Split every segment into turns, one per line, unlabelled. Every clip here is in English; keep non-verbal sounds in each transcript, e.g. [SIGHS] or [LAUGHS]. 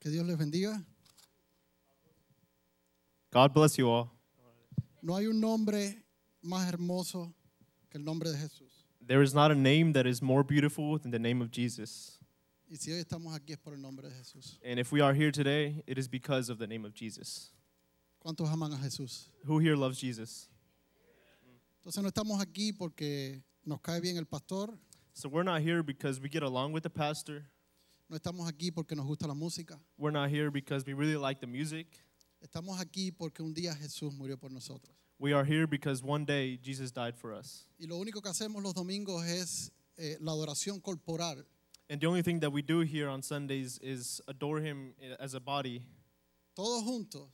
Que Dios les bendiga.
God bless you all.
No hay un nombre más hermoso que el nombre de Jesús.
There is not a name that is more beautiful than the name of Jesus.
Y si hoy estamos aquí es por el nombre de Jesús.
And if we are here today, it is because of the name of Jesus.
¿Cuántos aman a Jesús?
Who here loves Jesus?
Entonces no estamos aquí porque nos cae bien el pastor,
So we're not here because we get along with the pastor.
no estamos aquí porque nos gusta la música,
We're not here because we really like the music.
estamos aquí porque un día Jesús murió por nosotros.
We are here because one day Jesus died for us.
Y lo único que hacemos los domingos es eh, la adoración corporal.
And the only thing that we do here on Sundays is adore him as a body,
todos juntos,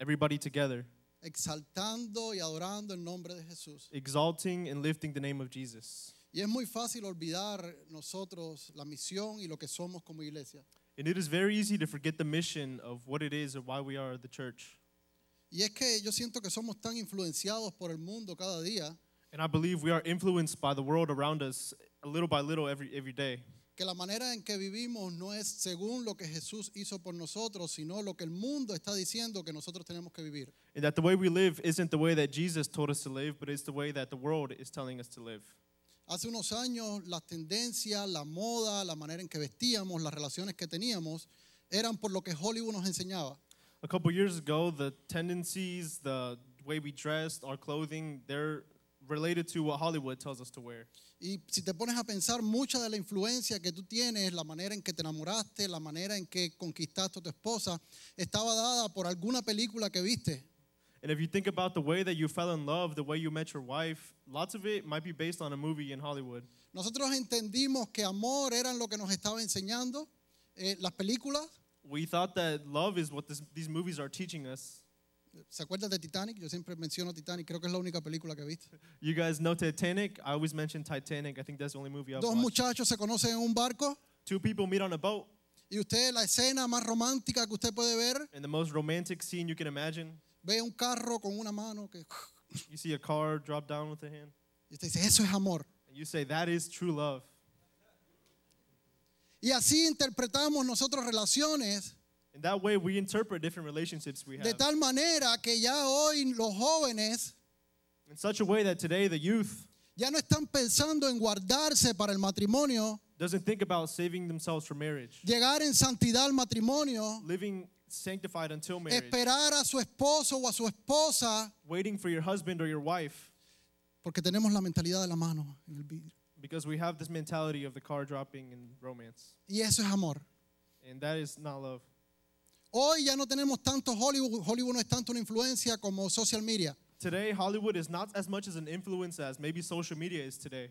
everybody together,
exaltando y adorando el nombre de Jesús.
exalting and lifting the name of Jesus.
Y es muy fácil olvidar nosotros la misión y lo que somos como iglesia.
And it is very easy to forget the mission of what it is or why we are the church.
Y es que yo siento que somos tan influenciados por el mundo cada día
And I believe we are influenced by the world around us little by little every, every day.
que la manera en que vivimos no es según lo que Jesús hizo por nosotros, sino lo que el mundo está diciendo que nosotros tenemos que vivir.
And that the way we live isn't the way that Jesus told us to live, but it's the way that the world is telling us to live.
Hace unos años las tendencias, la moda, la manera en que vestíamos, las relaciones que teníamos, eran por lo que Hollywood nos enseñaba.
A couple years ago, the tendencies, the way we dressed, our clothing, they're related to what Hollywood tells us to wear.
Y si te pones a pensar, mucha de la influencia que tú tienes, la manera en que te enamoraste, la manera en que conquistaste a tu esposa, estaba dada por alguna película que viste.
And if you think about the way that you fell in love, the way you met your wife, lots of it might be based on a movie in Hollywood.
Nosotros entendimos que amor era lo que nos estaba enseñando eh, las películas.
We thought that love is what this, these movies are teaching us.
¿Se acuerdan de Titanic? Yo siempre menciono Titanic, creo que es la única película que viste.
You guys know Titanic? I always mention Titanic. I think that's the only movie I've
Dos
watched.
muchachos se conocen en un barco
Two people meet on a boat,
y usted la escena más romántica que usted puede ver,
and the most romantic scene you can imagine.
ve un carro con una mano que
You see a car drop down with a hand,
y usted dice, eso es amor.
and you say, That is true love.
Y así interpretamos nosotros relaciones
And that way, we interpret different relationships we
De
have
tal manera que ya hoy los jóvenes
in such a way that today the youth
ya no están pensando en guardarse para el matrimonio,
doesn't think about saving themselves for marriage,
llegar en santidad al matrimonio,
living sanctified until marriage,
esperar a su esposo o a su esposa,
waiting for your husband or your wife,
porque tenemos la mentalidad de la mano en el vidrio.
because we have this mentality of the car dropping and romance.
Y eso es amor.
And that is not love.
Hoy ya no tenemos tanto Hollywood, Hollywood no es tanto una influencia como social media.
Today, Hollywood is not as much as an influence as maybe social media is today.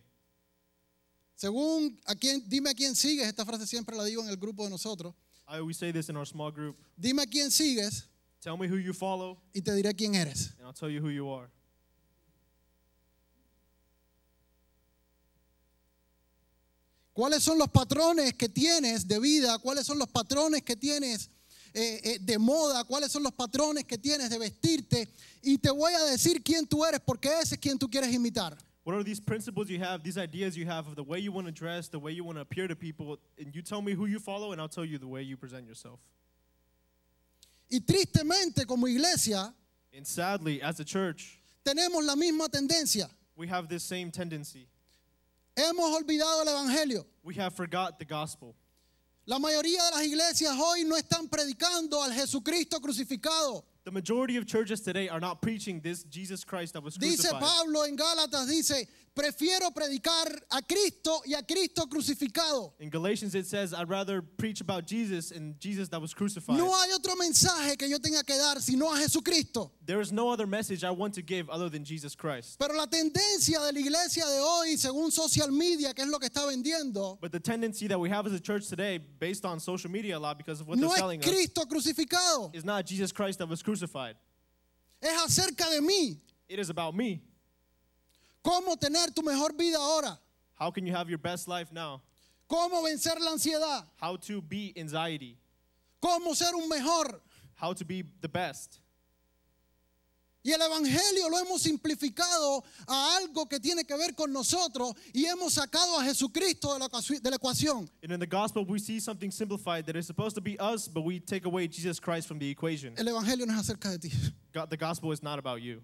Según a quién, dime a quién sigues, esta frase siempre la digo en el grupo de nosotros.
I always say this in our small group
Dime a quién sigues
tell me who you follow,
y te diré quién eres.
and I'll tell you who you are.
¿Cuáles son los patrones que tienes de vida? ¿Cuáles son los patrones que tienes eh, eh, de moda? ¿Cuáles son los patrones que tienes de vestirte? Y te voy a decir quién tú eres porque ese es quien tú quieres imitar.
What are these principles you have, these ideas you have of the way you want to dress, the way you want to appear to people, and you tell me who you follow, and I'll tell you the way you present yourself.
Y tristemente como iglesia
And sadly, as a church,
tenemos la misma tendencia.
we have this same tendency.
Hemos olvidado el Evangelio.
We have forgot the gospel.
La mayoría de las iglesias hoy no están predicando al Jesucristo crucificado.
The majority of churches today are not preaching this Jesus Christ that was
Dice
crucified.
Pablo en Gálatas, dice, prefiero predicar a Cristo y a Cristo crucificado.
In Galatians, it says, I'd rather preach about Jesus and Jesus that was crucified.
No hay otro mensaje que yo tenga que dar sino a Jesucristo.
There is no other message I want to give other than Jesus Christ.
Pero la tendencia de la iglesia de hoy, según social media, que es lo que está vendiendo,
But the tendency that we have as a church today, based on social media a lot because of what
no
they're
es
selling us,
Cristo crucificado.
is not Jesus Christ that was crucified.
Es acerca de mí.
It is about me.
Cómo tener tu mejor vida ahora.
How can you have your best life now?
Cómo vencer la ansiedad.
How to beat anxiety.
Cómo ser un mejor.
How to be the best.
Y el Evangelio lo hemos simplificado a algo que tiene que ver con nosotros y hemos sacado a Jesucristo de la, ecuaci- de la ecuación.
And in the gospel, we see something simplified that is supposed to be us, but we take away Jesus Christ from the equation.
El Evangelio no es acerca de ti.
God, the gospel is not about you.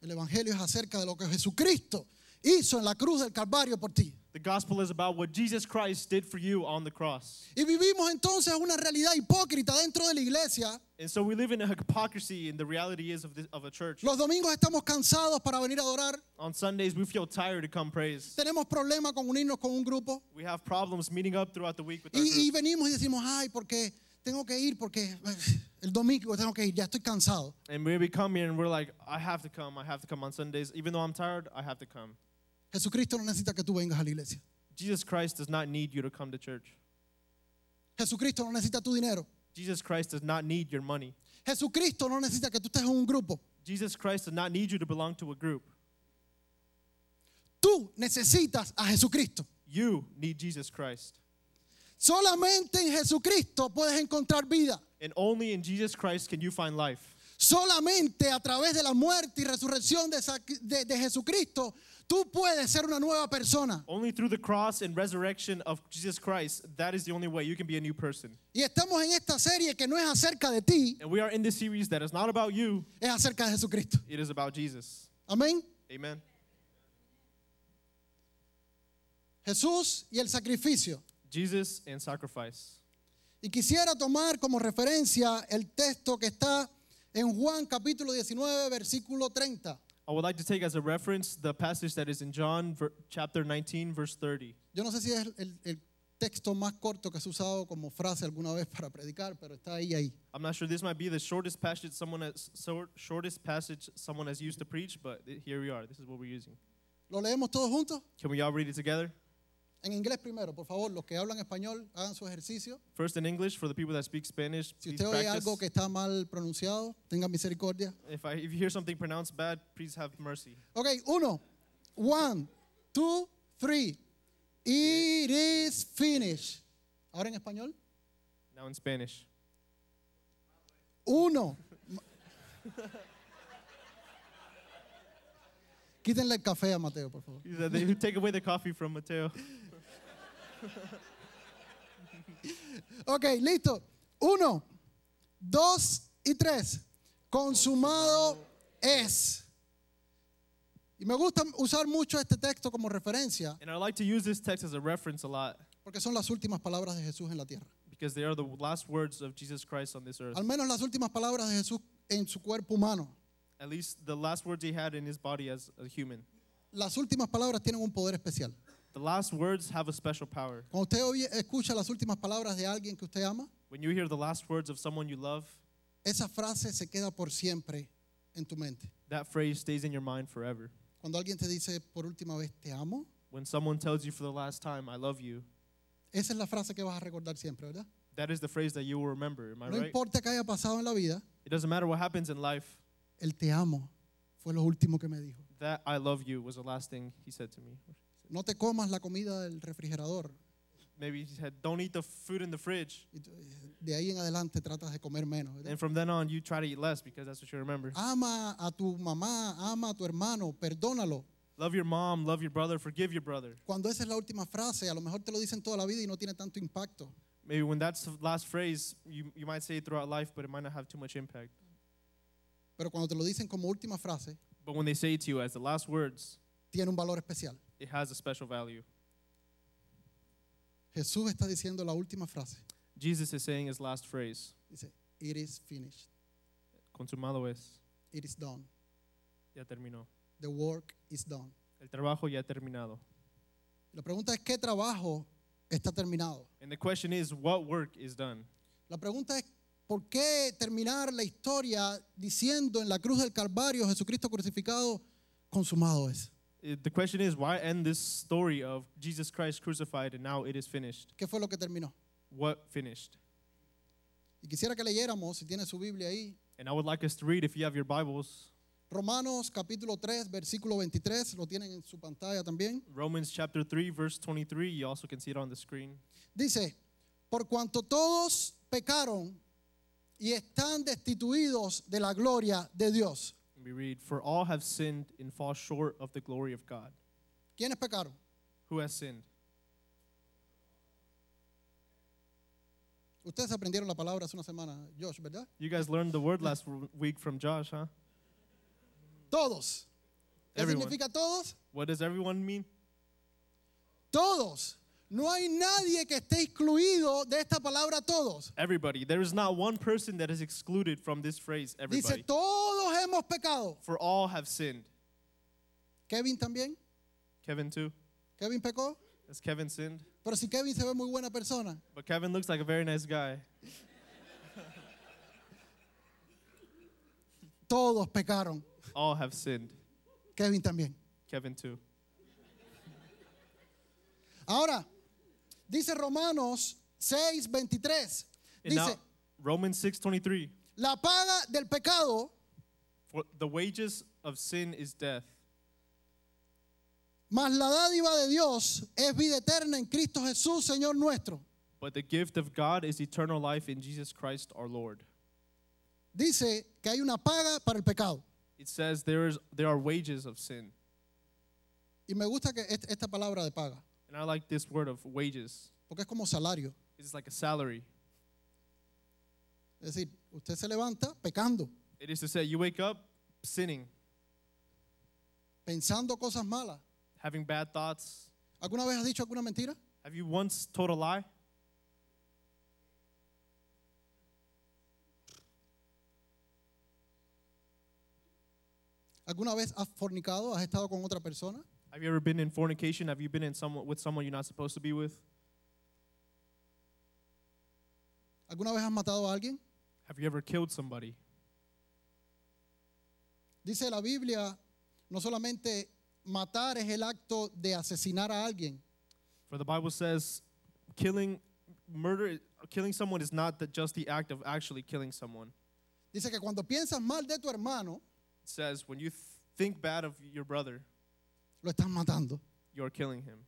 El Evangelio es acerca de lo que Jesucristo hizo en la cruz del Calvario por ti.
The gospel is about what Jesus Christ did for you on the cross.
Y vivimos entonces una realidad hipócrita dentro de la iglesia.
And so we live in a hypocrisy, and the reality is of, this, of a church.
Los domingos estamos cansados para venir a adorar.
On Sundays, we feel tired to come praise.
Tenemos problemas con unirnos con un grupo.
We have problems meeting up throughout the week with our
Y, y
group.
venimos y decimos, ay, porque tengo que ir, porque [SIGHS] eh, el domingo tengo que ir, ya estoy cansado.
And we come here and we're like, I have to come, I have to come on Sundays. Even though I'm tired, I have to come.
Jesucristo no necesita que tú vengas a la iglesia.
Jesus Christ does not need you to come to church.
Jesucristo no necesita tu dinero.
Jesus Christ does not need your money.
Jesucristo no necesita que tú estés en un grupo.
Jesus Christ does not need you to belong to a group.
Tú necesitas a Jesucristo.
You need Jesus Christ.
Solamente en Jesucristo puedes encontrar vida.
And only in Jesus Christ can you find life.
Solamente a través de la muerte y resurrección de, Sac- de- de Jesucristo, tú puedes ser una nueva persona.
Only through the cross and resurrection of Jesus Christ, that is the only way you can be a new person.
Y estamos en esta serie que no es acerca de ti,
And we are in this series that is not about you,
es acerca de Jesucristo.
it is about Jesus.
Amén.
Amen.
Jesús y el sacrificio.
Jesus and sacrifice.
Y quisiera tomar como referencia el texto que está en Juan capítulo 19, versículo 30.
I would like to take as a reference the passage that is in John ver- chapter 19, verse 30.
Yo no sé si es el, el texto más corto que has usado como frase alguna vez para predicar, pero está ahí, ahí.
I'm not sure this might be the shortest passage someone has sor- shortest passage someone has used to preach, but th- here we are. This is what we're using.
¿Lo leemos todos juntos?
Can we all read it together?
En inglés primero, por favor, los que hablan español hagan su ejercicio.
First in English for the people that speak Spanish.
Si
please
usted oye
practice.
algo que está mal pronunciado, tenga misericordia.
If I if you hear something pronounced bad, please have mercy.
Ok, uno, one, two, three. It is finished. Ahora en español.
Now in Spanish.
Uno. Quítenle el café a Mateo, por favor.
That They take away the coffee from Mateo.
Ok, listo. Uno, dos y tres. Consumado es. Y me gusta usar mucho este texto como referencia
And I like to use this text as a reference a lot
porque son las últimas palabras de Jesús en la tierra.
because they are the last words of Jesus Christ on this earth.
Al menos las últimas palabras de Jesús en su cuerpo humano.
At least the last words he had in his body as a human.
Las últimas palabras tienen un poder especial.
The last words have a special power.
Cuando usted oye- escucha las últimas palabras de alguien que usted ama,
When you hear the last words of someone you love,
esa frase se queda por siempre en tu mente.
that phrase stays in your mind forever.
Cuando alguien te dice por última vez te amo,
When someone tells you for the last time, I love you,
esa es la frase que vas a recordar siempre, ¿verdad?
that is the phrase that you will remember. Am I
No
right?
importa que haya pasado en la vida,
It doesn't matter what happens in life,
el te amo fue lo último que me dijo.
that I love you was the last thing he said to me.
No te comas la comida del refrigerador.
Maybe he said, Don't eat the food in the fridge.
Y tú, eh, De ahí en adelante tratas de comer menos. ¿verdad?
And from then on, you try to eat less because that's what you remember.
Ama a tu mamá, ama a tu hermano, perdónalo.
Love your mom, love your brother, forgive your brother.
Cuando esa es la última frase, a lo mejor te lo dicen toda la vida y no tiene tanto impacto.
Maybe when that's the last phrase, you, you might say it throughout life, but it might not have too much impact.
Pero cuando te lo dicen como última frase,
But when they say it to you as the last words,
tiene un valor especial.
it has a special value.
Jesús está diciendo la última frase.
Jesus is saying his last phrase,
Dice, it is finished.
consumado es,
It is done.
ya terminó.
The work is done.
El trabajo ya terminado.
La pregunta es qué trabajo está terminado.
And the question is, what work is done?
La pregunta es por qué terminar la historia diciendo en la cruz del Calvario Jesucristo crucificado consumado es.
It- Uh, the question is, why end this story of Jesus Christ crucified and now it is finished?
¿Qué fue lo que terminó?
What finished?
Y quisiera que leyéramos, si tiene su Biblia ahí,
And I would like us to read, if you have your Bibles,
Romanos capítulo 3, versículo 23, lo tienen en su pantalla también.
Romans chapter 3, verse 23. You also can see it on the screen.
Dice, por cuanto todos pecaron, y están destituidos de la gloria de Dios.
And we read, For all have sinned and fall short of the glory of God.
¿Quiénes pecaron?
Who has sinned?
Ustedes aprendieron la palabra hace una semana, Josh, ¿verdad?
You guys learned the word last w- week from Josh, huh?
Todos. ¿Qué
Everyone.
significa todos?
What does everyone mean?
Todos. No hay nadie que esté excluido de esta palabra todos.
Everybody. There is not one person that is excluded from this phrase,
Dice,
everybody.
todos hemos pecado.
For all have sinned.
Kevin también.
Kevin, too.
Kevin pecó.
Has Kevin sinned?
Pero si Kevin se ve muy buena persona,
But Kevin looks like a very nice guy.
todos pecaron.
All have sinned.
Kevin también.
Kevin, too.
Ahora, dice Romanos 6, 23.
And now,
Dice,
Romans 6.23.
la paga del pecado,
For the wages of sin is death,
más la dádiva de Dios es vida eterna en Cristo Jesús, Señor nuestro.
but the gift of God is eternal life in Jesus Christ our Lord.
Dice que hay una paga para el pecado.
It says there is there are wages of sin.
Y me gusta que est- esta palabra de paga,
And I like this word of wages.
porque es como salario.
It's like a salary.
Es decir, usted se levanta pecando,
It is to say you wake up sinning,
pensando cosas malas.
having bad thoughts.
¿Alguna vez has dicho alguna mentira?
Have you once told a lie?
¿Alguna vez has fornicado? ¿Has estado con otra persona?
Have you ever been in fornication? Have you been in someone with someone you're not supposed to be with?
¿Alguna vez has matado a alguien?
Have you ever killed somebody?
Dice la Biblia, no solamente matar es el acto de asesinar a alguien,
For the Bible says killing murder killing someone is not the, just the act of actually killing someone.
Dice que cuando piensas mal de tu hermano,
It says when you th- think bad of your brother,
lo estás matando.
you're killing him.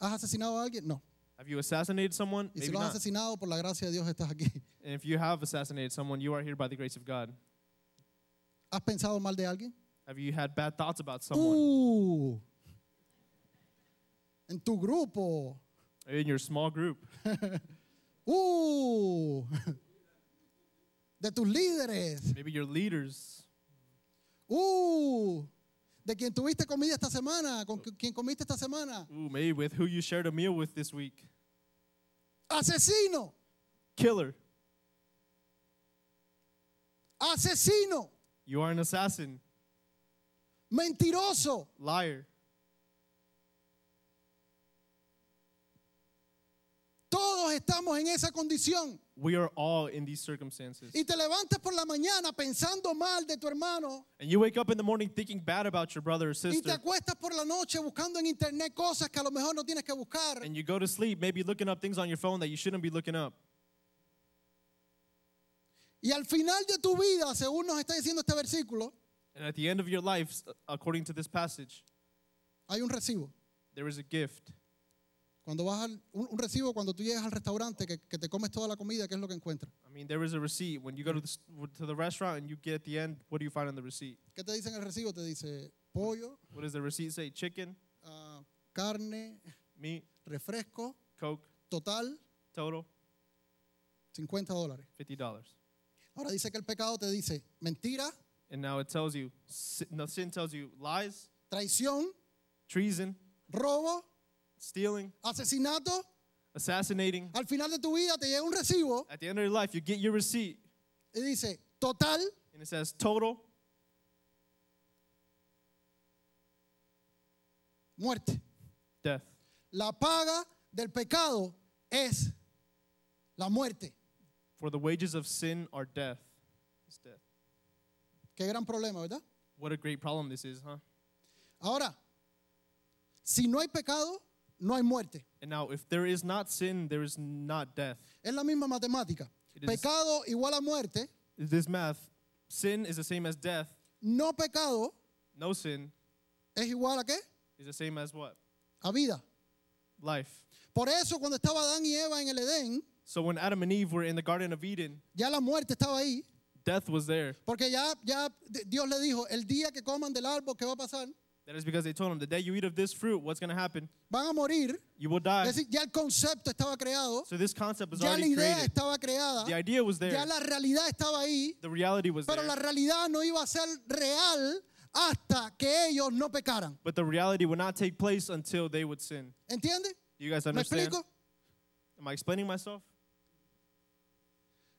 ¿Has asesinado a alguien? No.
Have you assassinated someone?
Y
Maybe
si lo has
not.
asesinado, por la gracia de Dios estás aquí.
And if you have assassinated someone, you are here by the grace of God.
¿Has pensado mal de alguien?
Have you had bad thoughts about someone
Uh, en tu grupo.
in your small group,
Uh, de tus líderes.
maybe your leaders,
Uh, de quien tuviste comida esta semana, con qui- quien comiste esta semana.
ooh, maybe with who you shared a meal with this week,
Asesino,
killer,
asesino,
you are an assassin,
mentiroso.
liar.
Todos estamos en esa condición.
We are all in these circumstances.
y te levantas por la mañana pensando mal de tu hermano
And you wake up in the morning thinking bad about your brother or
y te
sister,
acuestas por la noche buscando en internet cosas que a lo mejor no tienes que buscar.
and you go to sleep, maybe looking up things on your phone that you shouldn't be looking up.
Y al final de tu vida, según nos está diciendo este versículo,
And at the end of your life, s- uh, according to this passage,
hay un recibo.
there is a gift.
Cuando vas al- un, un recibo cuando tú llegas al restaurante que, que te comes toda la comida, ¿qué es lo que encuentras?
I mean, there is a receipt. When you go to the, s- to the restaurant and you get at the end, what do you find on the receipt?
¿Qué te dicen en el recibo? Te dice pollo,
What does the receipt say? Chicken,
ah, carne,
meat,
refresco,
Coke,
total,
total,
50 dólares.
$50.
Ahora dice que el pecado te dice mentira,
And now it tells you, sin, no, sin tells you lies,
traición,
treason,
robo,
stealing,
asesinato.
assassinating.
Al final de tu vida te llega un recibo
At the end of your life, you get your receipt,
y dice total
and it says total
muerte.
death.
La paga del pecado es la muerte.
For the wages of sin are death. It's death.
Qué gran problema, ¿verdad?
What a great problem this is, huh?
Ahora, si no hay pecado, no hay muerte.
And now, if there is not sin, there is not death.
Es la misma matemática.
It is-
Pecado igual a muerte,
This math, sin is the same as death.
no pecado
No sin
es igual a qué?
is the same as what?
A vida.
Life.
Por eso cuando estaba Adán y Eva en el Edén,
So when Adam and Eve were in the Garden of Eden,
ya la muerte estaba ahí,
death was there.
porque ya, ya D- Dios le dijo, el día que coman del árbol, ¿qué va a pasar?
That is because they told him, the day you eat of this fruit, what's going to happen?
Van a morir.
You will die.
Es decir, ya el concepto estaba creado,
So this concept was
ya la
already
idea
created.
estaba creada,
The idea was
ya
there.
la realidad estaba ahí,
The reality was
pero
there.
la realidad no iba a ser real hasta que ellos no pecaran.
But the reality would not take place until they would sin.
¿Entiendes?
Do you guys
¿Me
understand?
explico?
Am I explaining myself?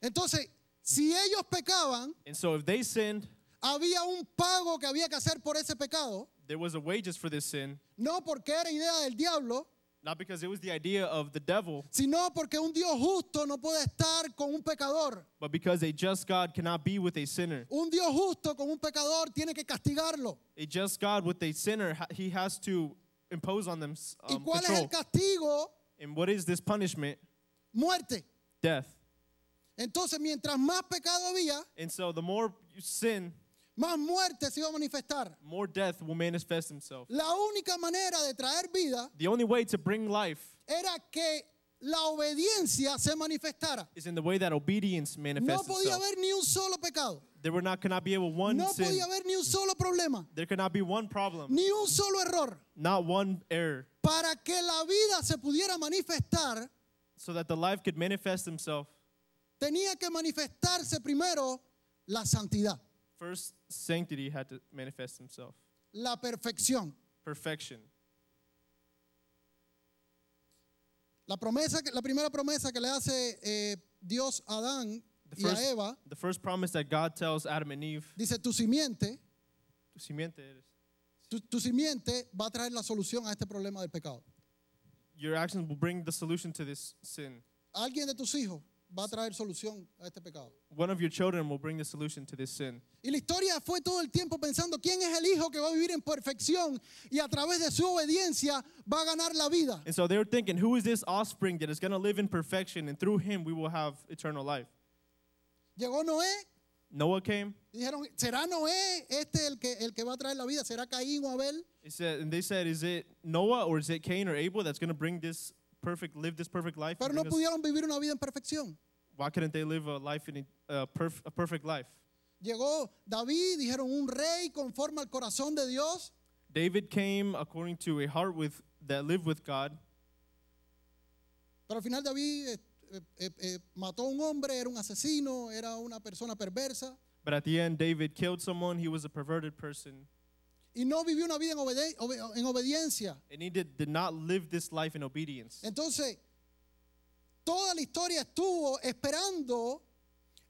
Entonces, si ellos pecaban,
And so if they sinned,
había un pago que había que hacer por ese pecado,
there was a wages for this sin,
no porque era idea del diablo,
not because it was the idea of the devil,
sino porque un Dios justo no puede estar con un pecador.
but because a just God cannot be with a sinner.
Un Dios justo con un pecador tiene que castigarlo.
A just God with a sinner, ha- he has to impose on them s-
¿Y
um,
cuál es
control.
el castigo?
And what is this punishment?
Muerte.
Death.
Entonces, mientras más pecado había,
And so the more you sin,
más muerte se iba a manifestar.
more death will manifest himself.
La única manera de traer vida
The only way to bring life
era que la obediencia se manifestara.
is in the way that obedience
No
manifests
podía
itself.
haber ni un solo pecado.
There were not cannot be able one
No
sin.
podía haber ni un solo problema,
There could not be one problem,
ni un solo error.
not one error,
Para que la vida se pudiera manifestar,
so that the life could manifest himself.
tenía que manifestarse primero la santidad,
First, sanctity had to manifest himself.
la perfección.
Perfection.
La, promesa, que- la primera promesa que le hace eh, Dios a Adán
The
y
first,
a Eva,
the first promise that God tells Adam and Eve,
dice, tu simiente,
tu simiente eres.
tu, tu simiente va a traer la solución a este problema del pecado.
Your actions will bring the solution to this sin.
Alguien de tus hijos va a traer solución a este pecado.
One of your children will bring the solution to this sin.
Y la historia fue todo el tiempo pensando quién es el hijo que va a vivir en perfección y a través de su obediencia va a ganar la vida.
And so they were thinking, who is this offspring that is going to live in perfection and through him we will have eternal life?
Llegó Noé,
Noah came.
y dijeron, ¿será Noé este el que, el que va a traer la vida? ¿Será Caín o Abel?
It said, and they said, is it Noah or is it Cain or Abel that's going to bring this perfect, live this perfect life? and
Pero no
bring us-
pudieron vivir una vida en perfección.
Why couldn't they live a life in a, a perf- a perfect life?
Llegó David, dijeron, un rey conforme al corazón de Dios.
David came according to a heart with that lived with God,
Pero al final David eh, eh, eh, mató a un hombre, era un asesino, era una persona perversa
but at the end David killed someone. He was a perverted person,
y no vivió una vida en, obede- obe- en obediencia.
and he did, did not live this life in obedience.
Entonces, toda la historia estuvo esperando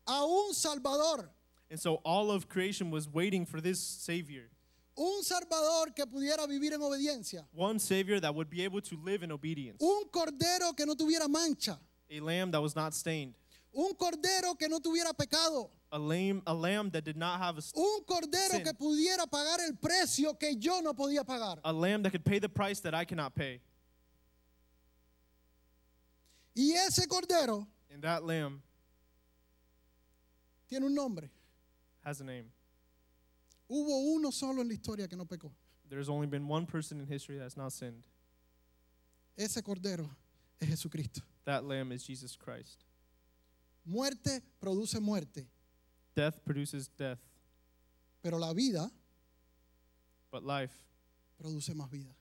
a un Salvador,
And so all of creation was waiting for this Savior,
un Salvador que pudiera vivir en obediencia,
one Savior that would be able to live in obedience,
un Cordero que no tuviera mancha,
a lamb that was not stained,
un Cordero que no tuviera pecado,
a lamb, a lamb that did not have a, st-
un Cordero
Sin.
que pudiera pagar el precio que yo no podía pagar.
a lamb that could pay the price that I cannot pay.
Y ese Cordero
And that lamb
tiene un nombre.
has a name.
Hubo uno solo en la historia que no pecó.
There's only been one person in history that's not sinned.
Ese Cordero es Jesucristo.
That lamb is Jesus Christ.
Muerte produce muerte,
Death produces death,
pero la vida
but life
produce más vida.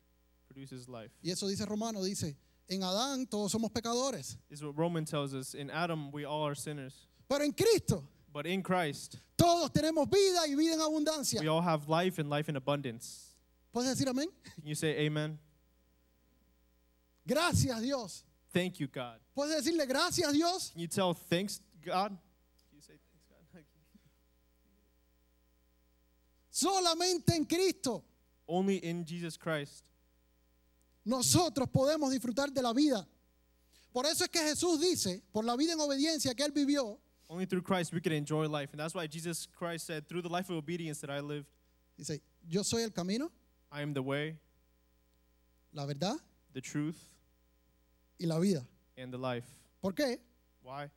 produces life.
Y eso dice Romano, dice, en Adán todos somos pecadores,
This is what Roman tells us. In Adam, we all are sinners,
pero en Cristo
but in Christ,
todos tenemos vida y vida en abundancia.
we all have life and life in abundance.
¿Puedes decir amén?
Can you say amen?
Gracias Dios.
Thank you, God.
¿Puedes decirle gracias Dios?
Can you tell thanks, God? Can you say thanks, God? [LAUGHS]
Solamente en Cristo
Only in Jesus Christ.
nosotros podemos disfrutar de la vida. Por eso es que Jesús dice, por la vida en obediencia que él vivió,
Only through Christ we can enjoy life. And that's why Jesus Christ said, through the life of obedience that I lived,
dice, yo soy el camino,
I am the way,
la verdad
the truth,
y la vida.
and the life.
¿Por qué?
Why?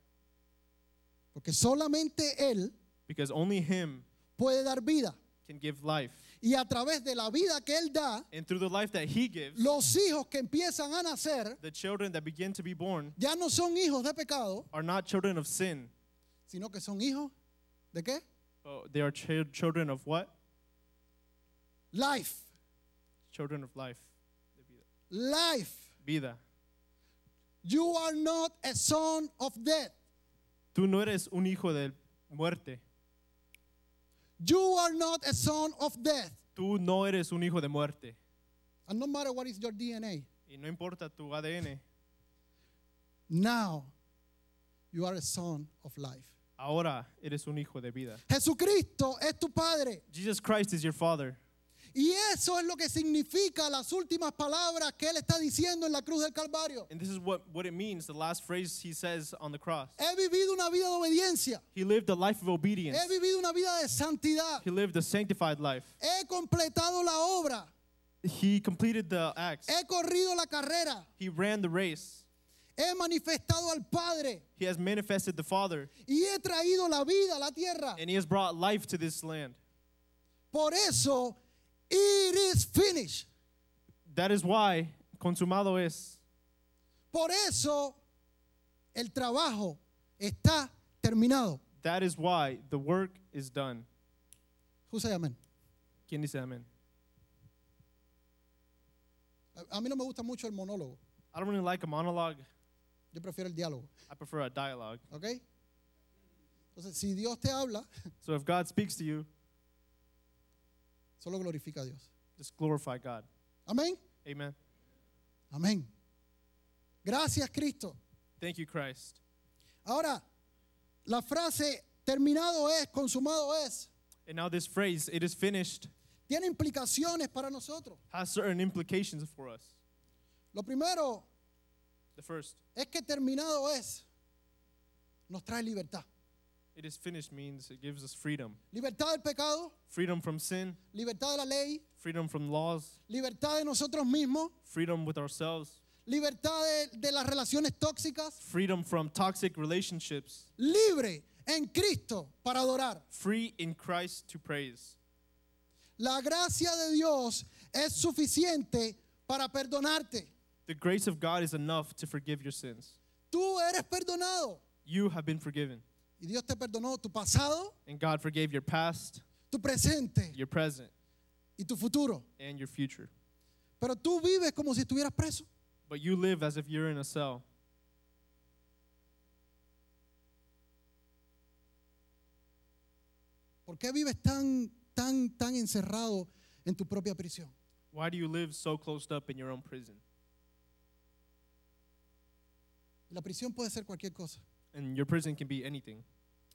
Porque solamente él
Because only Him
puede dar vida.
can give life.
y a través de la vida que Él da,
And through the life that He gives,
los hijos que empiezan a nacer
the children that begin to be born
ya no son hijos de pecado,
are not children of sin,
sino que son hijos de qué?
but they are chil- children of what?
Life,
Children of life.
life.
Vida.
You are not a son of death.
Tú no eres un hijo de muerte.
You are not a son of death.
Tú no eres un hijo de muerte.
And no matter what is your DNA,
Y no importa tu ADN,
now you are a son of life.
ahora eres un hijo de vida.
Jesucristo es tu Padre.
Jesus Christ is your Father.
Y eso es lo que significa las últimas palabras que Él está diciendo en la cruz del Calvario.
And this is what, what it means, the last phrase He says on the cross.
He vivido una vida de obediencia.
He lived a life of obedience.
He vivido una vida de santidad.
He lived a sanctified life.
He completado la obra.
He completed the acts.
He corrido la carrera.
He ran the race.
He manifestado al Padre.
He has manifested the Father.
Y he traído la vida a la tierra.
And He has brought life to this land.
Por eso, it is finished.
That is why consumado es.
Por eso, el trabajo está terminado.
That is why the work is done.
Who say amen?
¿Quién dice amén?
A, a mí no me gusta mucho el monólogo.
I don't really like a monologue.
Yo prefiero el diálogo.
I prefer a dialogue.
¿Ok? Entonces, si Dios te habla, [LAUGHS]
So if God speaks to you,
solo glorifica a Dios.
just glorify God.
Amén.
Amen.
Amén. Gracias, Cristo.
Thank you, Christ.
Ahora, la frase terminado es, consumado es,
And now this phrase, it is finished,
tiene implicaciones para nosotros.
has certain implications for us.
Lo primero
The first,
es que terminado es, nos trae libertad.
it is finished means it gives us freedom.
Libertad del pecado,
Freedom from sin,
libertad de la ley,
freedom from laws,
libertad de nosotros mismos,
freedom with ourselves,
libertad de, de las relaciones tóxicas,
freedom from toxic relationships,
libre en Cristo para adorar.
free in Christ to praise.
La gracia de Dios es suficiente para perdonarte.
The grace of God is enough to forgive your sins.
Tú eres perdonado
You have been forgiven,
y Dios te perdonó tu pasado,
and God forgave your past,
tu presente
your present,
y tu futuro.
and your future.
Pero tú vives como si estuvieras preso.
But you live as if you're in a cell.
¿Por qué vives tan, tan, tan encerrado en tu propia prisión?
Why do you live so closed up in your own prison?
La prisión puede ser cualquier cosa.
And your prison can be anything.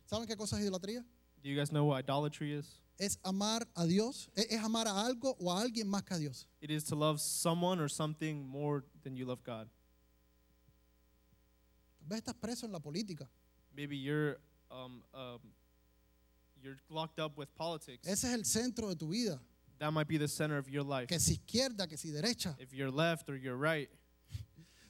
¿Saben qué cosa es idolatría?
Do you guys know what idolatry is?
Es amar a Dios, es es amar a algo o a alguien más que a Dios.
It is to love someone or something more than you love God.
Tal vez estás preso en la política.
Maybe you're um, um, you're locked up with politics.
Ese es el centro de tu vida.
That might be the center of your life.
Que si izquierda, que si derecha.
If you're left or you're right,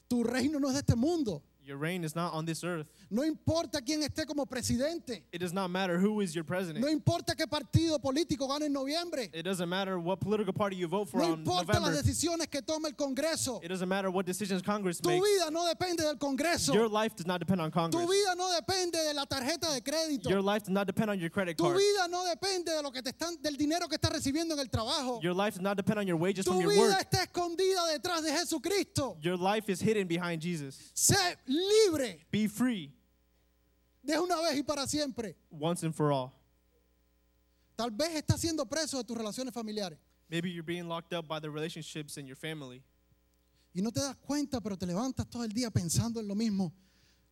Tu reino no es de este mundo.
your reign is not on this earth.
No importa quién esté como presidente.
It does not matter who is your president.
No importa qué partido político gane en noviembre.
It doesn't matter what political party you vote for
No
on
importa las
Eh, November.
decisiones que tome el Congreso.
It doesn't matter what decisions Congress
Tu
makes.
vida no depende del Congreso.
Your life does not depend on
Tu
Congress.
vida no depende de la tarjeta de crédito.
Your life does not depend on your credit
Tu
card.
vida no depende de lo que te están, del dinero que estás recibiendo en el trabajo.
Your life does not depend on your wages
Tu
from your work.
vida está escondida detrás de Jesucristo.
Your life is hidden behind Jesus.
Sé libre
Be free
de una vez y para siempre.
once and for all.
Tal vez estás siendo preso de tus relaciones familiares
Maybe you're being locked up by the relationships in your family.
y no te das cuenta, pero te levantas todo el día pensando en lo mismo.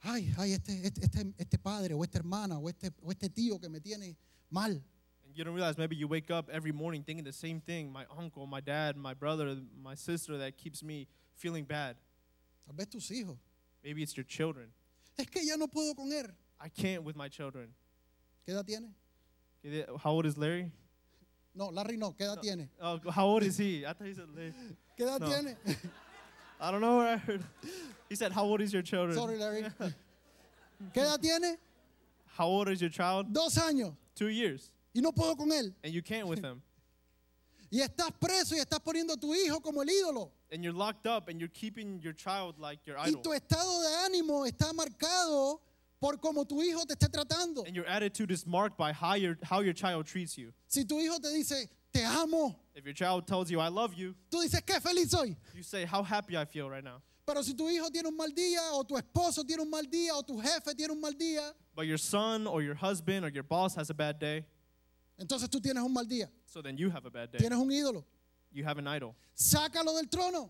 Ay, ay, este, este, este, este padre o esta hermana o este, o este tío que me tiene mal.
And you don't realize maybe you wake up every morning thinking the same thing my uncle, my dad, my brother, my sister that keeps me feeling bad.
Tal vez tus hijos.
Maybe it's your children.
Es que ya no puedo con él.
I can't with my children.
¿Qué edad tiene?
Is it- How old is Larry?
No, Larry no. ¿Qué edad tiene?
Oh, how old is he? I thought he said Larry.
¿Qué edad
No.
tiene? [LAUGHS]
I don't know where I heard. [LAUGHS] He said, How old is your children?
Sorry, Larry. ¿Qué edad tiene?
How old is your child?
Dos años.
Two years.
Y no puedo con él.
And you can't with him.
Y estás preso y estás poniendo a tu hijo como el ídolo.
and you're locked up and you're keeping your child like your
Y
idol
tu estado de ánimo está marcado por cómo tu hijo te esté tratando.
and your attitude is marked by how your how your child treats you
Si tu hijo te dice, te amo,
if your child tells you i love you
tú dices, qué feliz soy.
you say how happy i feel right now
Pero si tu hijo tiene un mal día, o tu esposo tiene un mal día, o tu jefe tiene un mal día,
but your son or your husband or your boss has a bad day
entonces tú tienes un mal día.
so then you have a bad day
Tienes un ídolo.
you have an idol
Sácalo del trono.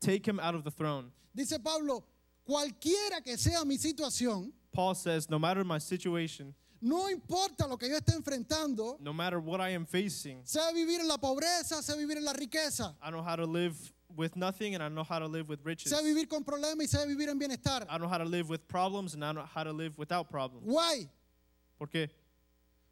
take him out of the throne
Dice Pablo, cualquiera que sea mi situación,
paul says no matter my situation
no importa lo que yo esté enfrentando,
no matter what i am facing
sé vivir en la pobreza, sé vivir en la riqueza,
i know how to live with nothing and i know how to live with riches
sé vivir con problemas y sé vivir en bienestar.
i know how to live with problems and i know how to live without problems
Guay,
por qué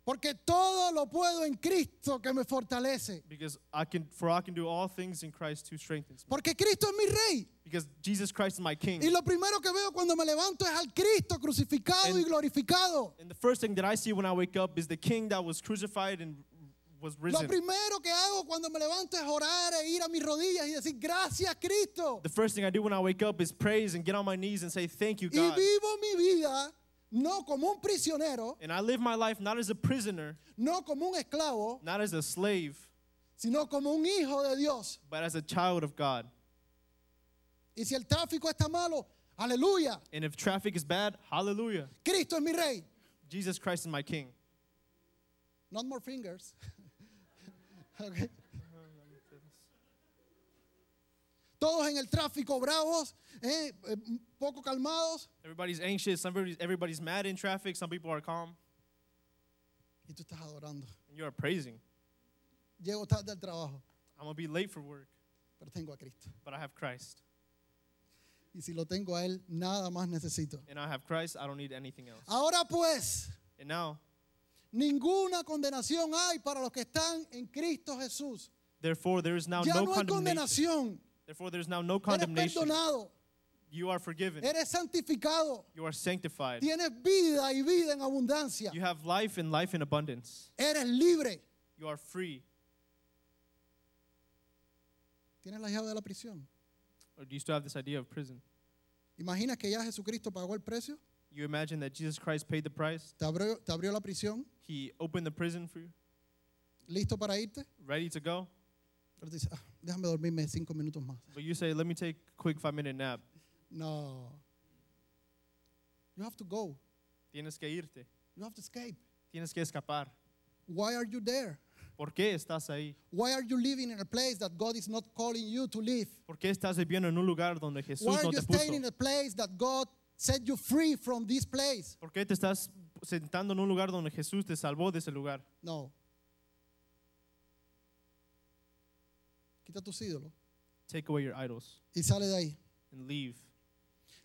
porque todo lo puedo en Cristo que me fortalece.
because i can for i can do all things in christ who strengthens me
Porque Cristo es mi rey.
because jesus christ is my king
Y lo primero que veo cuando me levanto es al Cristo crucificado y glorificado.
And the first thing that I see when I wake up is the king that was crucified and was
Lo
risen.
primero que hago cuando me levanto es orar e ir a mis rodillas y decir gracias Cristo.
The first thing I do when I wake up is praise and get on my knees and say, Thank you,
Y
God.
vivo mi vida no como un prisionero,
And I live my life not as a prisoner,
no como un esclavo,
not as a slave,
sino como un hijo de Dios.
but as a child of God.
Y si el tráfico está malo, aleluya,
And if traffic is bad, hallelujah.
Cristo es mi rey.
Jesus Christ is my king.
Not more fingers. [LAUGHS] Ok. Todos en el tráfico bravos, eh, eh, poco calmados.
Everybody's anxious, everybody's, everybody's mad in traffic, some people are calm,
Y tú estás adorando.
and you are praising.
Llego tarde al trabajo,
I'm gonna be late for work,
pero tengo a Cristo.
but I have Christ.
Y si lo tengo a Él, nada más necesito.
And I have Christ, I don't need anything else.
Ahora pues,
And now,
ninguna condenación hay para los que están en Cristo Jesús.
therefore, there is now
Ya
no
no hay
condemnation.
condenación.
Therefore, there's now no
Eres
condemnation.
perdonado,
You are forgiven.
eres santificado,
You are sanctified.
tienes vida y vida en abundancia.
You have life and life in abundance.
Eres libre,
You are free.
tienes la llave de la prisión.
Or do you still have this idea of prison?
Imaginas que ya Jesucristo pagó el precio,
You imagine that Jesus Christ paid the price.
te abrió, te abrió la prisión,
He opened the prison for you,
listo para irte.
ready to go.
Pero te dice, "Ah, déjame dormirme cinco minutos más.
But you say, let me take a quick five minute nap.
No. You have to go.
Tienes que irte.
You have to escape.
Tienes que escapar.
Why are you there?
¿Por qué estás ahí?
Why are you living in a place that God is not calling you to live?
¿Por qué estás viviendo en un lugar donde
Why
Jesús
are
no
you
te
staying in
puso?
a place that God set you free from this place?
¿Por qué te estás sentando en un lugar donde Jesús te salvó de ese lugar?
No. Quita tus ídolos
Take away your idols
y sale de ahí.
and leave.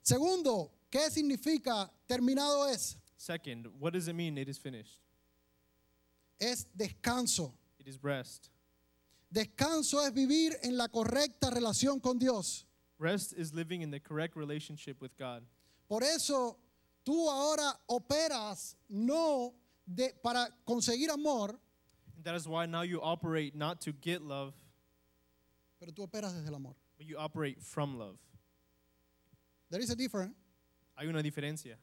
Segundo, ¿qué significa terminado es?
Second, what does it mean it is finished?
Es descanso.
It is rest.
Descanso es vivir en la correcta relación con Dios.
Rest is living in the correct relationship with God.
Por eso tú ahora operas no de, para conseguir amor,
And that is why now you operate not to get love,
pero tú operas desde el amor.
but you operate from love.
There is a difference.
Hay una diferencia.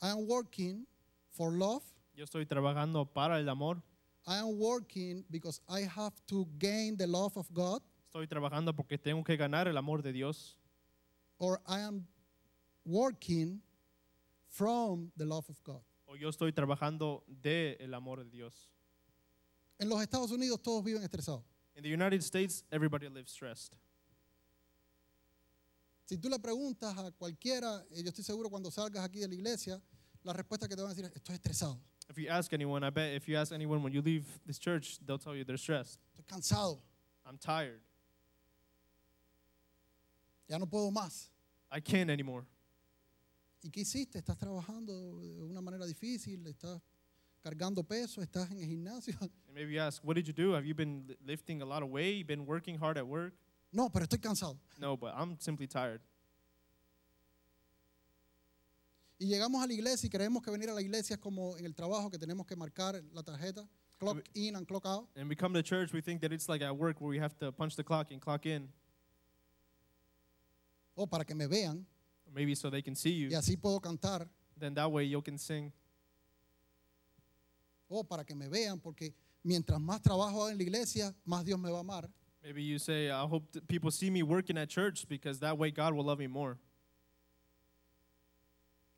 I am working for love.
Yo estoy trabajando para el amor.
I am working because I have to gain the love of God,
Estoy trabajando porque tengo que ganar el amor de Dios.
or I am working from the love of God.
O yo estoy trabajando de el amor de Dios.
En los Estados Unidos todos viven estresados.
In the United States, everybody lives stressed.
Si tú le preguntas a cualquiera, eh, yo estoy seguro cuando salgas aquí de la iglesia, la respuesta que te van a decir es, estoy estresado,
If you ask anyone, I bet if you ask anyone when you leave this church, they'll tell you they're stressed.
estoy cansado,
I'm tired.
ya no puedo más.
I can't anymore.
¿Y qué hiciste? ¿Estás trabajando de una manera difícil? ¿Estás cargando peso? ¿Estás en el gimnasio? [LAUGHS]
And maybe you ask, what did you do? Have you been li- lifting a lot of weight? You been working hard at work?
No, pero estoy cansado.
No, but I'm simply tired.
Y llegamos a la iglesia y creemos que venir a la iglesia es como en el trabajo que tenemos que marcar la tarjeta. clock in and clock out.
And we come to church, we think that it's like at work where we have to punch the clock and clock in,
O para que me vean
maybe so they can see
y
you.
así puedo cantar.
Then that way you can sing.
O Oh, para que me vean porque mientras más trabajo haga en la iglesia, más Dios me va a amar.
Maybe you say, I hope that people see me working at church because that way God will love me more.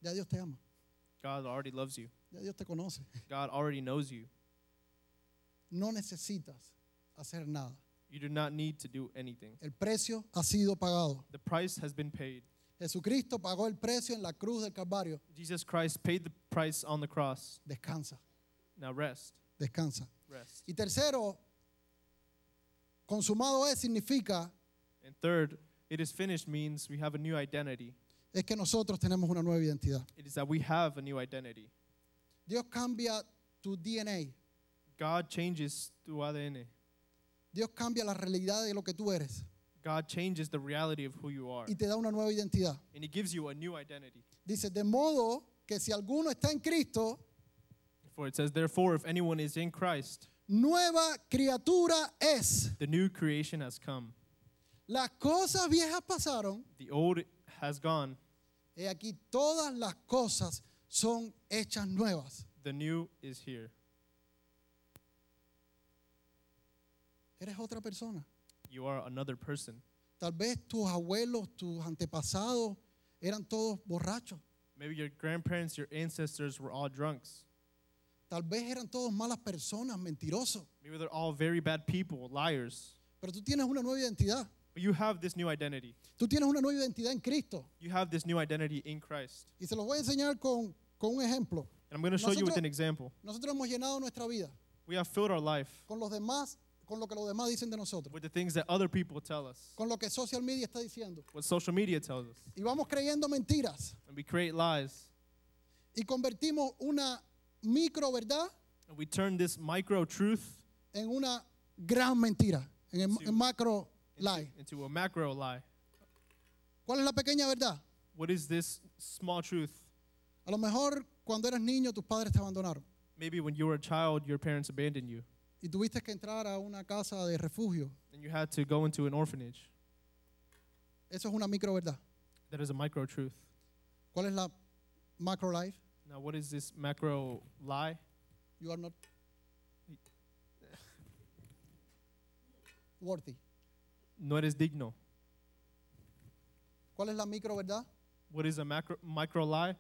Ya Dios te ama,
God already loves you,
ya Dios te conoce.
God already knows you.
No necesitas hacer nada.
You do not need to do anything.
El precio ha sido pagado.
The price has been paid.
Jesucristo pagó el precio en la cruz del Calvario.
Jesus Christ paid the price on the cross.
Descansa,
Now rest.
descansa.
Rest.
Y tercero, consumado es significa
And third, it is finished means we have a new identity.
es que nosotros tenemos una nueva identidad.
It is that we have a new identity.
Dios cambia tu DNA.
God changes tu ADN.
Dios cambia la realidad de lo que tú eres
God changes the reality of who you are.
y te da una nueva identidad.
And he gives you a new identity.
Dice, de modo que si alguno está en Cristo,
For it says, Therefore, if anyone is in Christ,
nueva criatura es.
the new creation has come.
Las cosas viejas pasaron,
The old has gone,
y aquí todas las cosas son hechas nuevas.
the new is here.
Eres otra persona.
You are another person.
Tal vez tus abuelos, tus antepasados eran todos borrachos.
Maybe your grandparents, your ancestors were all drunks.
Tal vez eran todos malas personas, mentirosos.
Maybe they're all very bad people, liars.
Pero tú tienes una nueva identidad.
But you have this new identity.
Tú tienes una nueva identidad en Cristo.
You have this new identity in Christ.
Y se los voy a enseñar con, con un ejemplo.
And I'm going to show you with
Nosotros-
an example.
Nosotros hemos llenado nuestra vida
We have filled our life
con los demás, con lo que los demás dicen de nosotros,
with the things that other people tell us,
con lo que social media está diciendo.
what social media tells us.
Y vamos creyendo mentiras
And we create lies.
y convertimos una micro verdad
And we turn this micro truth
en una gran mentira, en el
Sí.
en macro
into,
lie.
into a macro lie.
¿Cuál es la pequeña verdad?
What is this small truth?
A lo mejor cuando eras niño tus padres te abandonaron
Maybe when you were a child, your parents abandoned you,
y tuviste que entrar a una casa de refugio.
and you had to go into an orphanage.
Eso es una micro verdad.
That is a micro truth.
¿Cuál es la macro life?
Now, what is this macro lie?
You are not worthy.
No eres digno.
¿Cuál es la micro verdad?
What is a macro micro lie?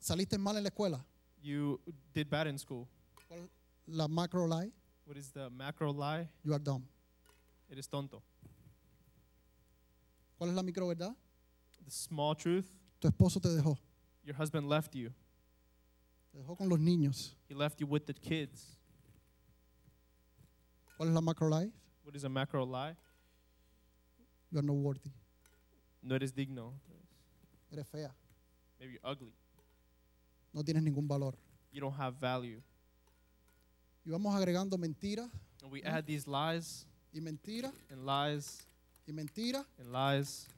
Saliste mal en la escuela.
You did bad in school.
¿Cuál es la macro lie?
What is the macro lie?
You are dumb.
Eres tonto.
¿Cuál es la micro verdad?
The small truth.
Tu esposo te dejó.
Your husband left you.
Te dejó con los niños.
He left you with the kids.
¿Cuál es la macro life?
What is a macro lie?
You are not worthy.
No eres digno.
Eres fea.
Maybe you're ugly.
No tienes ningún valor.
You don't have value.
Y vamos agregando mentiras
And we add these lies
y mentiras
and lies
y mentiras.
and lies,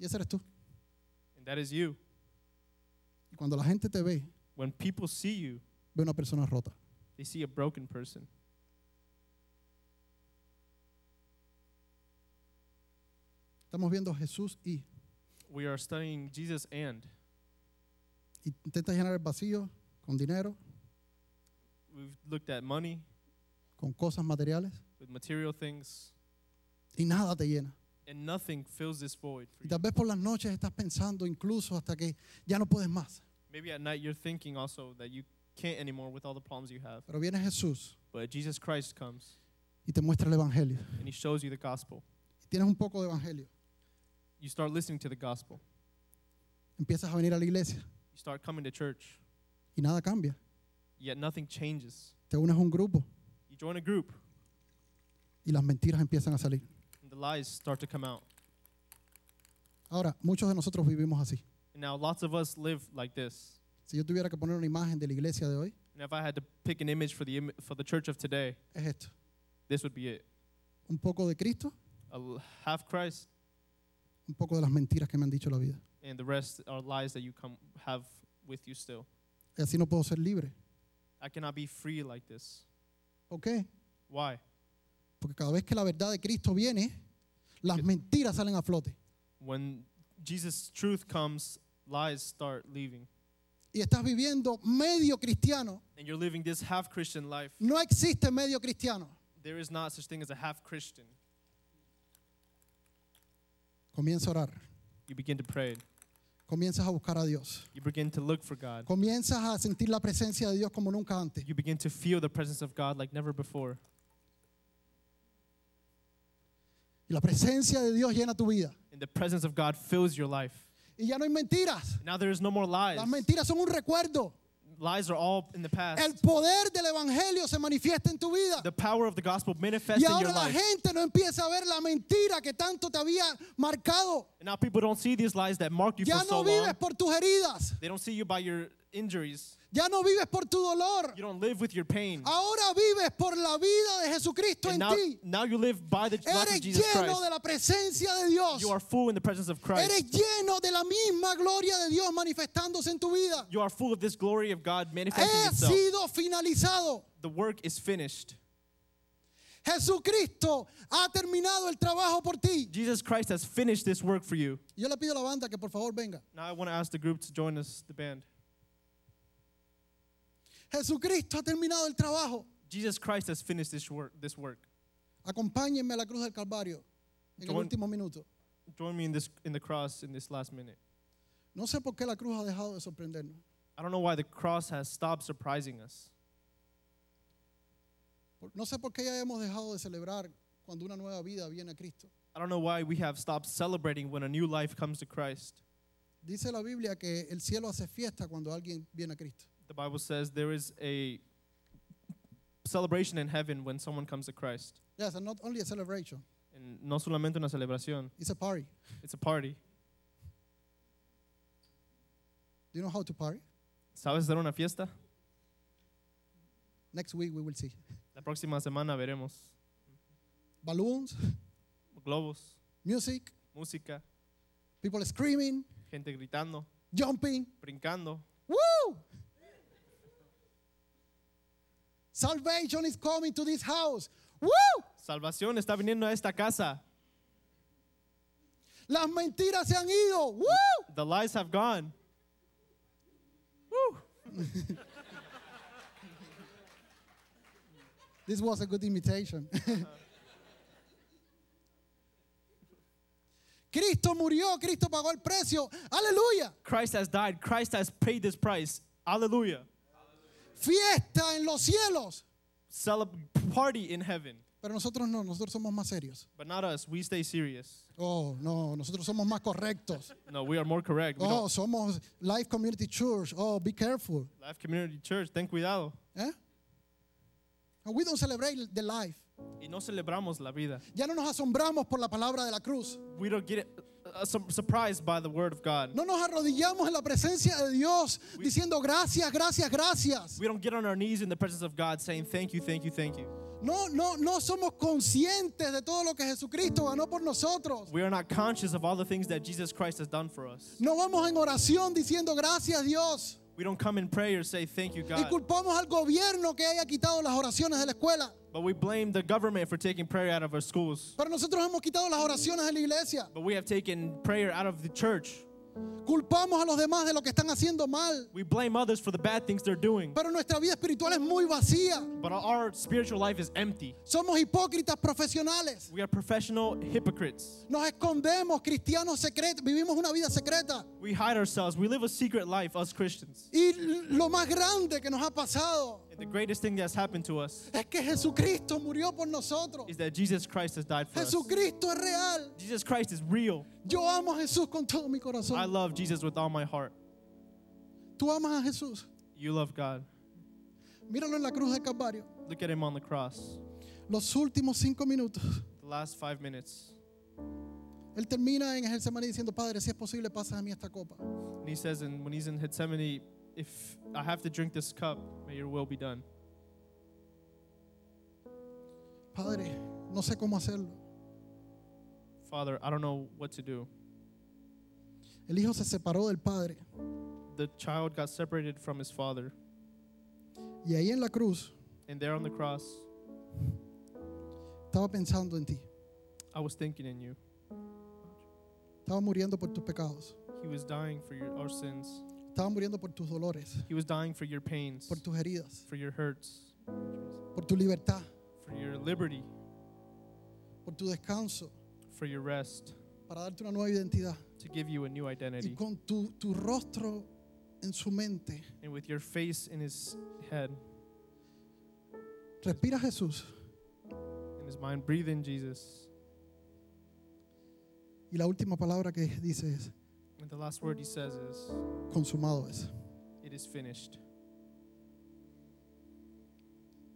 Y ese eres tú.
and that is you.
Y cuando la gente te ve,
When people see you,
ve una persona rota.
they see a broken person.
Estamos viendo a Jesús y,
We are studying Jesus and
y intenta llenar el vacío con dinero,
we've looked at money
con cosas materiales.
with material things,
Y nada te llena.
and nothing fills this void for
Y
you.
tal vez por las noches estás pensando incluso hasta que ya no puedes más.
Maybe at night you're thinking also that you can't anymore with all the problems you have.
Pero viene Jesús
But Jesus Christ comes
y te muestra el Evangelio.
and he shows you the gospel.
Y tienes un poco de Evangelio.
You start listening to the gospel.
Empiezas a venir a la iglesia
You start coming to church,
y nada cambia.
yet nothing changes.
Te unes a un grupo
You join a group,
y las mentiras empiezan a salir.
and the lies start to come out.
Ahora, muchos de nosotros vivimos así.
And now lots of us live like this.
Si yo tuviera que poner una imagen de la iglesia de hoy,
And if I had to pick an image for the Im- for the church of today,
es esto.
this would be it:
Un poco de Cristo,
a l- half Christ,
un poco de las mentiras que me han dicho la vida.
and the rest are lies that you come have with you still.
Y así no puedo ser libre.
I cannot be free like this.
¿Ok?
Why?
Porque cada vez que la verdad de Cristo viene, las mentiras salen a flote.
When Jesus' truth comes, lies start leaving.
Y estás viviendo medio cristiano.
And you're living this half Christian life.
No existe medio cristiano.
There is not such thing as a half Christian.
Comienza a orar.
You begin to pray.
Comienzas a buscar a Dios.
You begin to look for God.
Comienzas a sentir la presencia de Dios como nunca antes.
You begin to feel the presence of God like never before.
Y la presencia de Dios llena tu vida.
And the presence of God fills your life.
Y ya no hay mentiras.
Now there is no more lies.
Las mentiras son un recuerdo.
Lies are all in the past.
El poder del evangelio se manifiesta en tu vida.
The power of the gospel manifests
Y
in
ahora
your
la
life.
gente no empieza a ver la mentira que tanto te había marcado.
And now people don't see these lies that mark you
Ya
for
no
so
vives
long.
por tus heridas.
They don't see you by your injuries.
Ya no vives por tu dolor.
You don't live with your pain.
Ahora vives por la vida de Jesucristo
And
Ah, en
now,
ti.
now you live by the life
Eres
of Jesus
lleno
Christ.
de la presencia de Dios.
You are full in the presence of Christ.
Eres lleno de la misma gloria de Dios manifestándose en tu vida.
You are full of this glory of God manifesting
He
itself.
sido finalizado.
The work is finished.
Jesucristo ha terminado el trabajo por ti.
Jesus Christ has finished this work for you.
Yo le pido a la banda que por favor venga.
Now I want to ask the group to join us, the band.
Jesucristo ha terminado el trabajo.
Jesus Christ has finished this work. This work.
Acompáñenme a la cruz del Calvario en el
Join-
último minuto.
Join me in this in the cross in this last minute.
No sé por qué la cruz ha dejado de sorprendernos.
I don't know why the cross has stopped surprising us.
Por- No sé por qué ya hemos dejado de celebrar cuando una nueva vida viene a Cristo.
I don't know why we have stopped celebrating when a new life comes to Christ.
Dice la Biblia que el cielo hace fiesta cuando alguien viene a Cristo.
The Bible says there is a celebration in heaven when someone comes to Christ.
Yes, and not only a celebration,
And no solamente una celebración,
it's a party.
it's a party.
Do you know how to party?
¿Sabes hacer una fiesta?
Next week we will see.
La próxima semana veremos.
Balloons,
Globos,
music,
música,
people screaming,
gente gritando,
jumping.
brincando.
Woo! Salvation is coming to this house. Woo!
Salvación está viniendo a esta casa.
Las mentiras se han ido. Woo!
The lies have gone. Woo!
This was a good imitation. [LAUGHS] Cristo murió, Cristo pagó el precio. Aleluya.
Christ has died. Christ has paid this price. Hallelujah.
Fiesta en los cielos.
Celeb- party in heaven.
Pero nosotros no, nosotros somos más serios.
But not us. We stay serious.
Oh, no, nosotros somos más
[LAUGHS]
correctos.
No, we are more correct. We
Oh,
don't.
somos Life Community Church. Oh, be careful.
Life Community Church, ten cuidado.
¿Eh? And we don't celebrate the life.
Y no celebramos la vida.
Ya no nos asombramos por la palabra de la cruz.
We don't get uh, sur- surprised by the word of God.
No nos arrodillamos en la presencia de Dios diciendo gracias, gracias, gracias.
We don't get on our knees in the presence of God saying, Thank you, thank you, thank you.
No, no, no somos conscientes de todo lo que Jesucristo ganó por nosotros.
We are not conscious of all the things that Jesus Christ has done for us.
No vamos en oración diciendo gracias Dios.
We don't come in prayer say, Thank you,
Y
God.
culpamos al gobierno que haya quitado las oraciones de la escuela.
But we blame the government for taking prayer out of our schools.
Pero nosotros hemos quitado las oraciones de la iglesia.
But we have taken prayer out of the church.
Culpamos a los demás de lo que están haciendo mal.
We blame others for the bad things they're doing.
Pero nuestra vida espiritual es muy vacía.
But our spiritual life is empty.
Somos hipócritas profesionales.
We are professional hypocrites.
Nos escondemos, cristianos secretos, vivimos una vida secreta.
We hide ourselves. We live a secret life, us Christians.
Y lo más grande que nos ha pasado
And the greatest thing that's happened to us
es que Jesucristo murió por nosotros.
is that Jesus Christ has died for us.
Jesucristo es real.
Jesus Christ is real.
Yo amo a Jesús con todo mi
I
corazón.
love Jesus with all my heart.
Tú amas a Jesús.
You love God.
Míralo en la cruz del Calvario.
Look at him on the cross.
Los últimos cinco minutos.
The last five minutes.
Él termina en Getsemaní diciendo, Padre, si es posible, pasas a mí esta copa.
And he says, and when he's in Gethsemane, if I have to drink this cup, may your will be done.
Padre, no sé cómo hacerlo.
Father, I don't know what to do.
El hijo se separó del Padre.
The child got separated from his father.
Y ahí en la cruz
And there on the cross,
estaba pensando en ti.
I was thinking in you.
Estaba muriendo por tus pecados.
He was dying for your, our sins.
Estaba muriendo por tus dolores,
He was dying for your pains,
por tus heridas,
for your hurts,
por tu libertad,
for your liberty,
por tu descanso,
for your rest,
para darte una nueva identidad.
to give you a new
Y
identity.
con tu, tu rostro en su mente,
And with your face in his head,
respira Jesús
in his mind, breathe in Jesus.
y la última palabra que dice es,
And the last word he says is,
consumado es.
It is finished.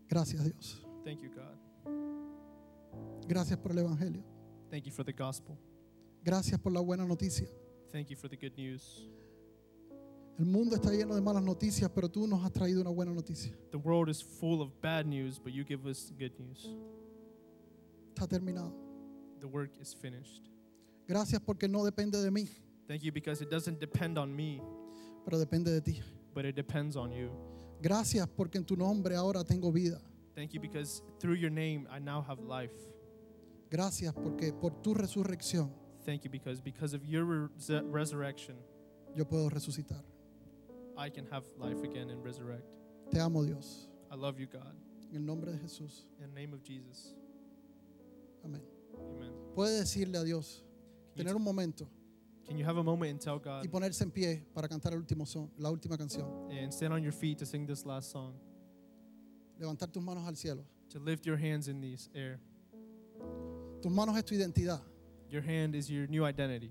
Gracias Dios.
Thank you, God.
Gracias por el Evangelio.
Thank you for the gospel.
Gracias por la buena noticia.
Thank you for the good news.
El mundo está lleno de malas noticias, pero tú nos has traído una buena noticia.
The world is full of bad news, but you give us good news.
Está terminado.
The work is finished.
Gracias porque no depende de mí,
Thank you because it doesn't depend on me,
pero depende de ti.
but it depends on you.
Gracias porque en tu nombre ahora tengo vida.
Thank you because through your name I now have life.
Gracias porque por tu resurrección
Thank you because because of your res- resurrection
yo puedo resucitar.
I can have life again and resurrect.
Te amo Dios.
I love you, God.
En el nombre de Jesús.
In the name of Jesus.
Amén.
Amen.
Puede decirle a Dios,
Can
tener
you,
un momento
can you have a moment and tell
y
God
ponerse en pie para cantar el último son, la última canción.
and stand on your feet to sing this last song?
Levantar tus manos al cielo.
To lift your hands in the air.
Tus manos es tu identidad.
Your hand is your new identity.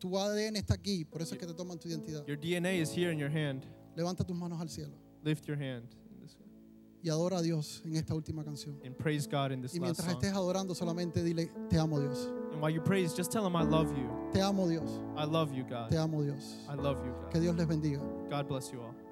Tu ADN está aquí, por eso es que te toman tu identidad.
Your DNA is here in your hand.
Levanta tus manos al cielo
Lift your hand in this-
y adora a Dios en esta última canción.
and praise God in this
Y
last
mientras estés
song.
adorando, solamente dile, te amo Dios,
And while you praise, just tell Him, I love you.
te amo Dios,
I love you,
te
God.
amo Dios.
I love you,
Que Dios
God.
les bendiga.
God bless you all.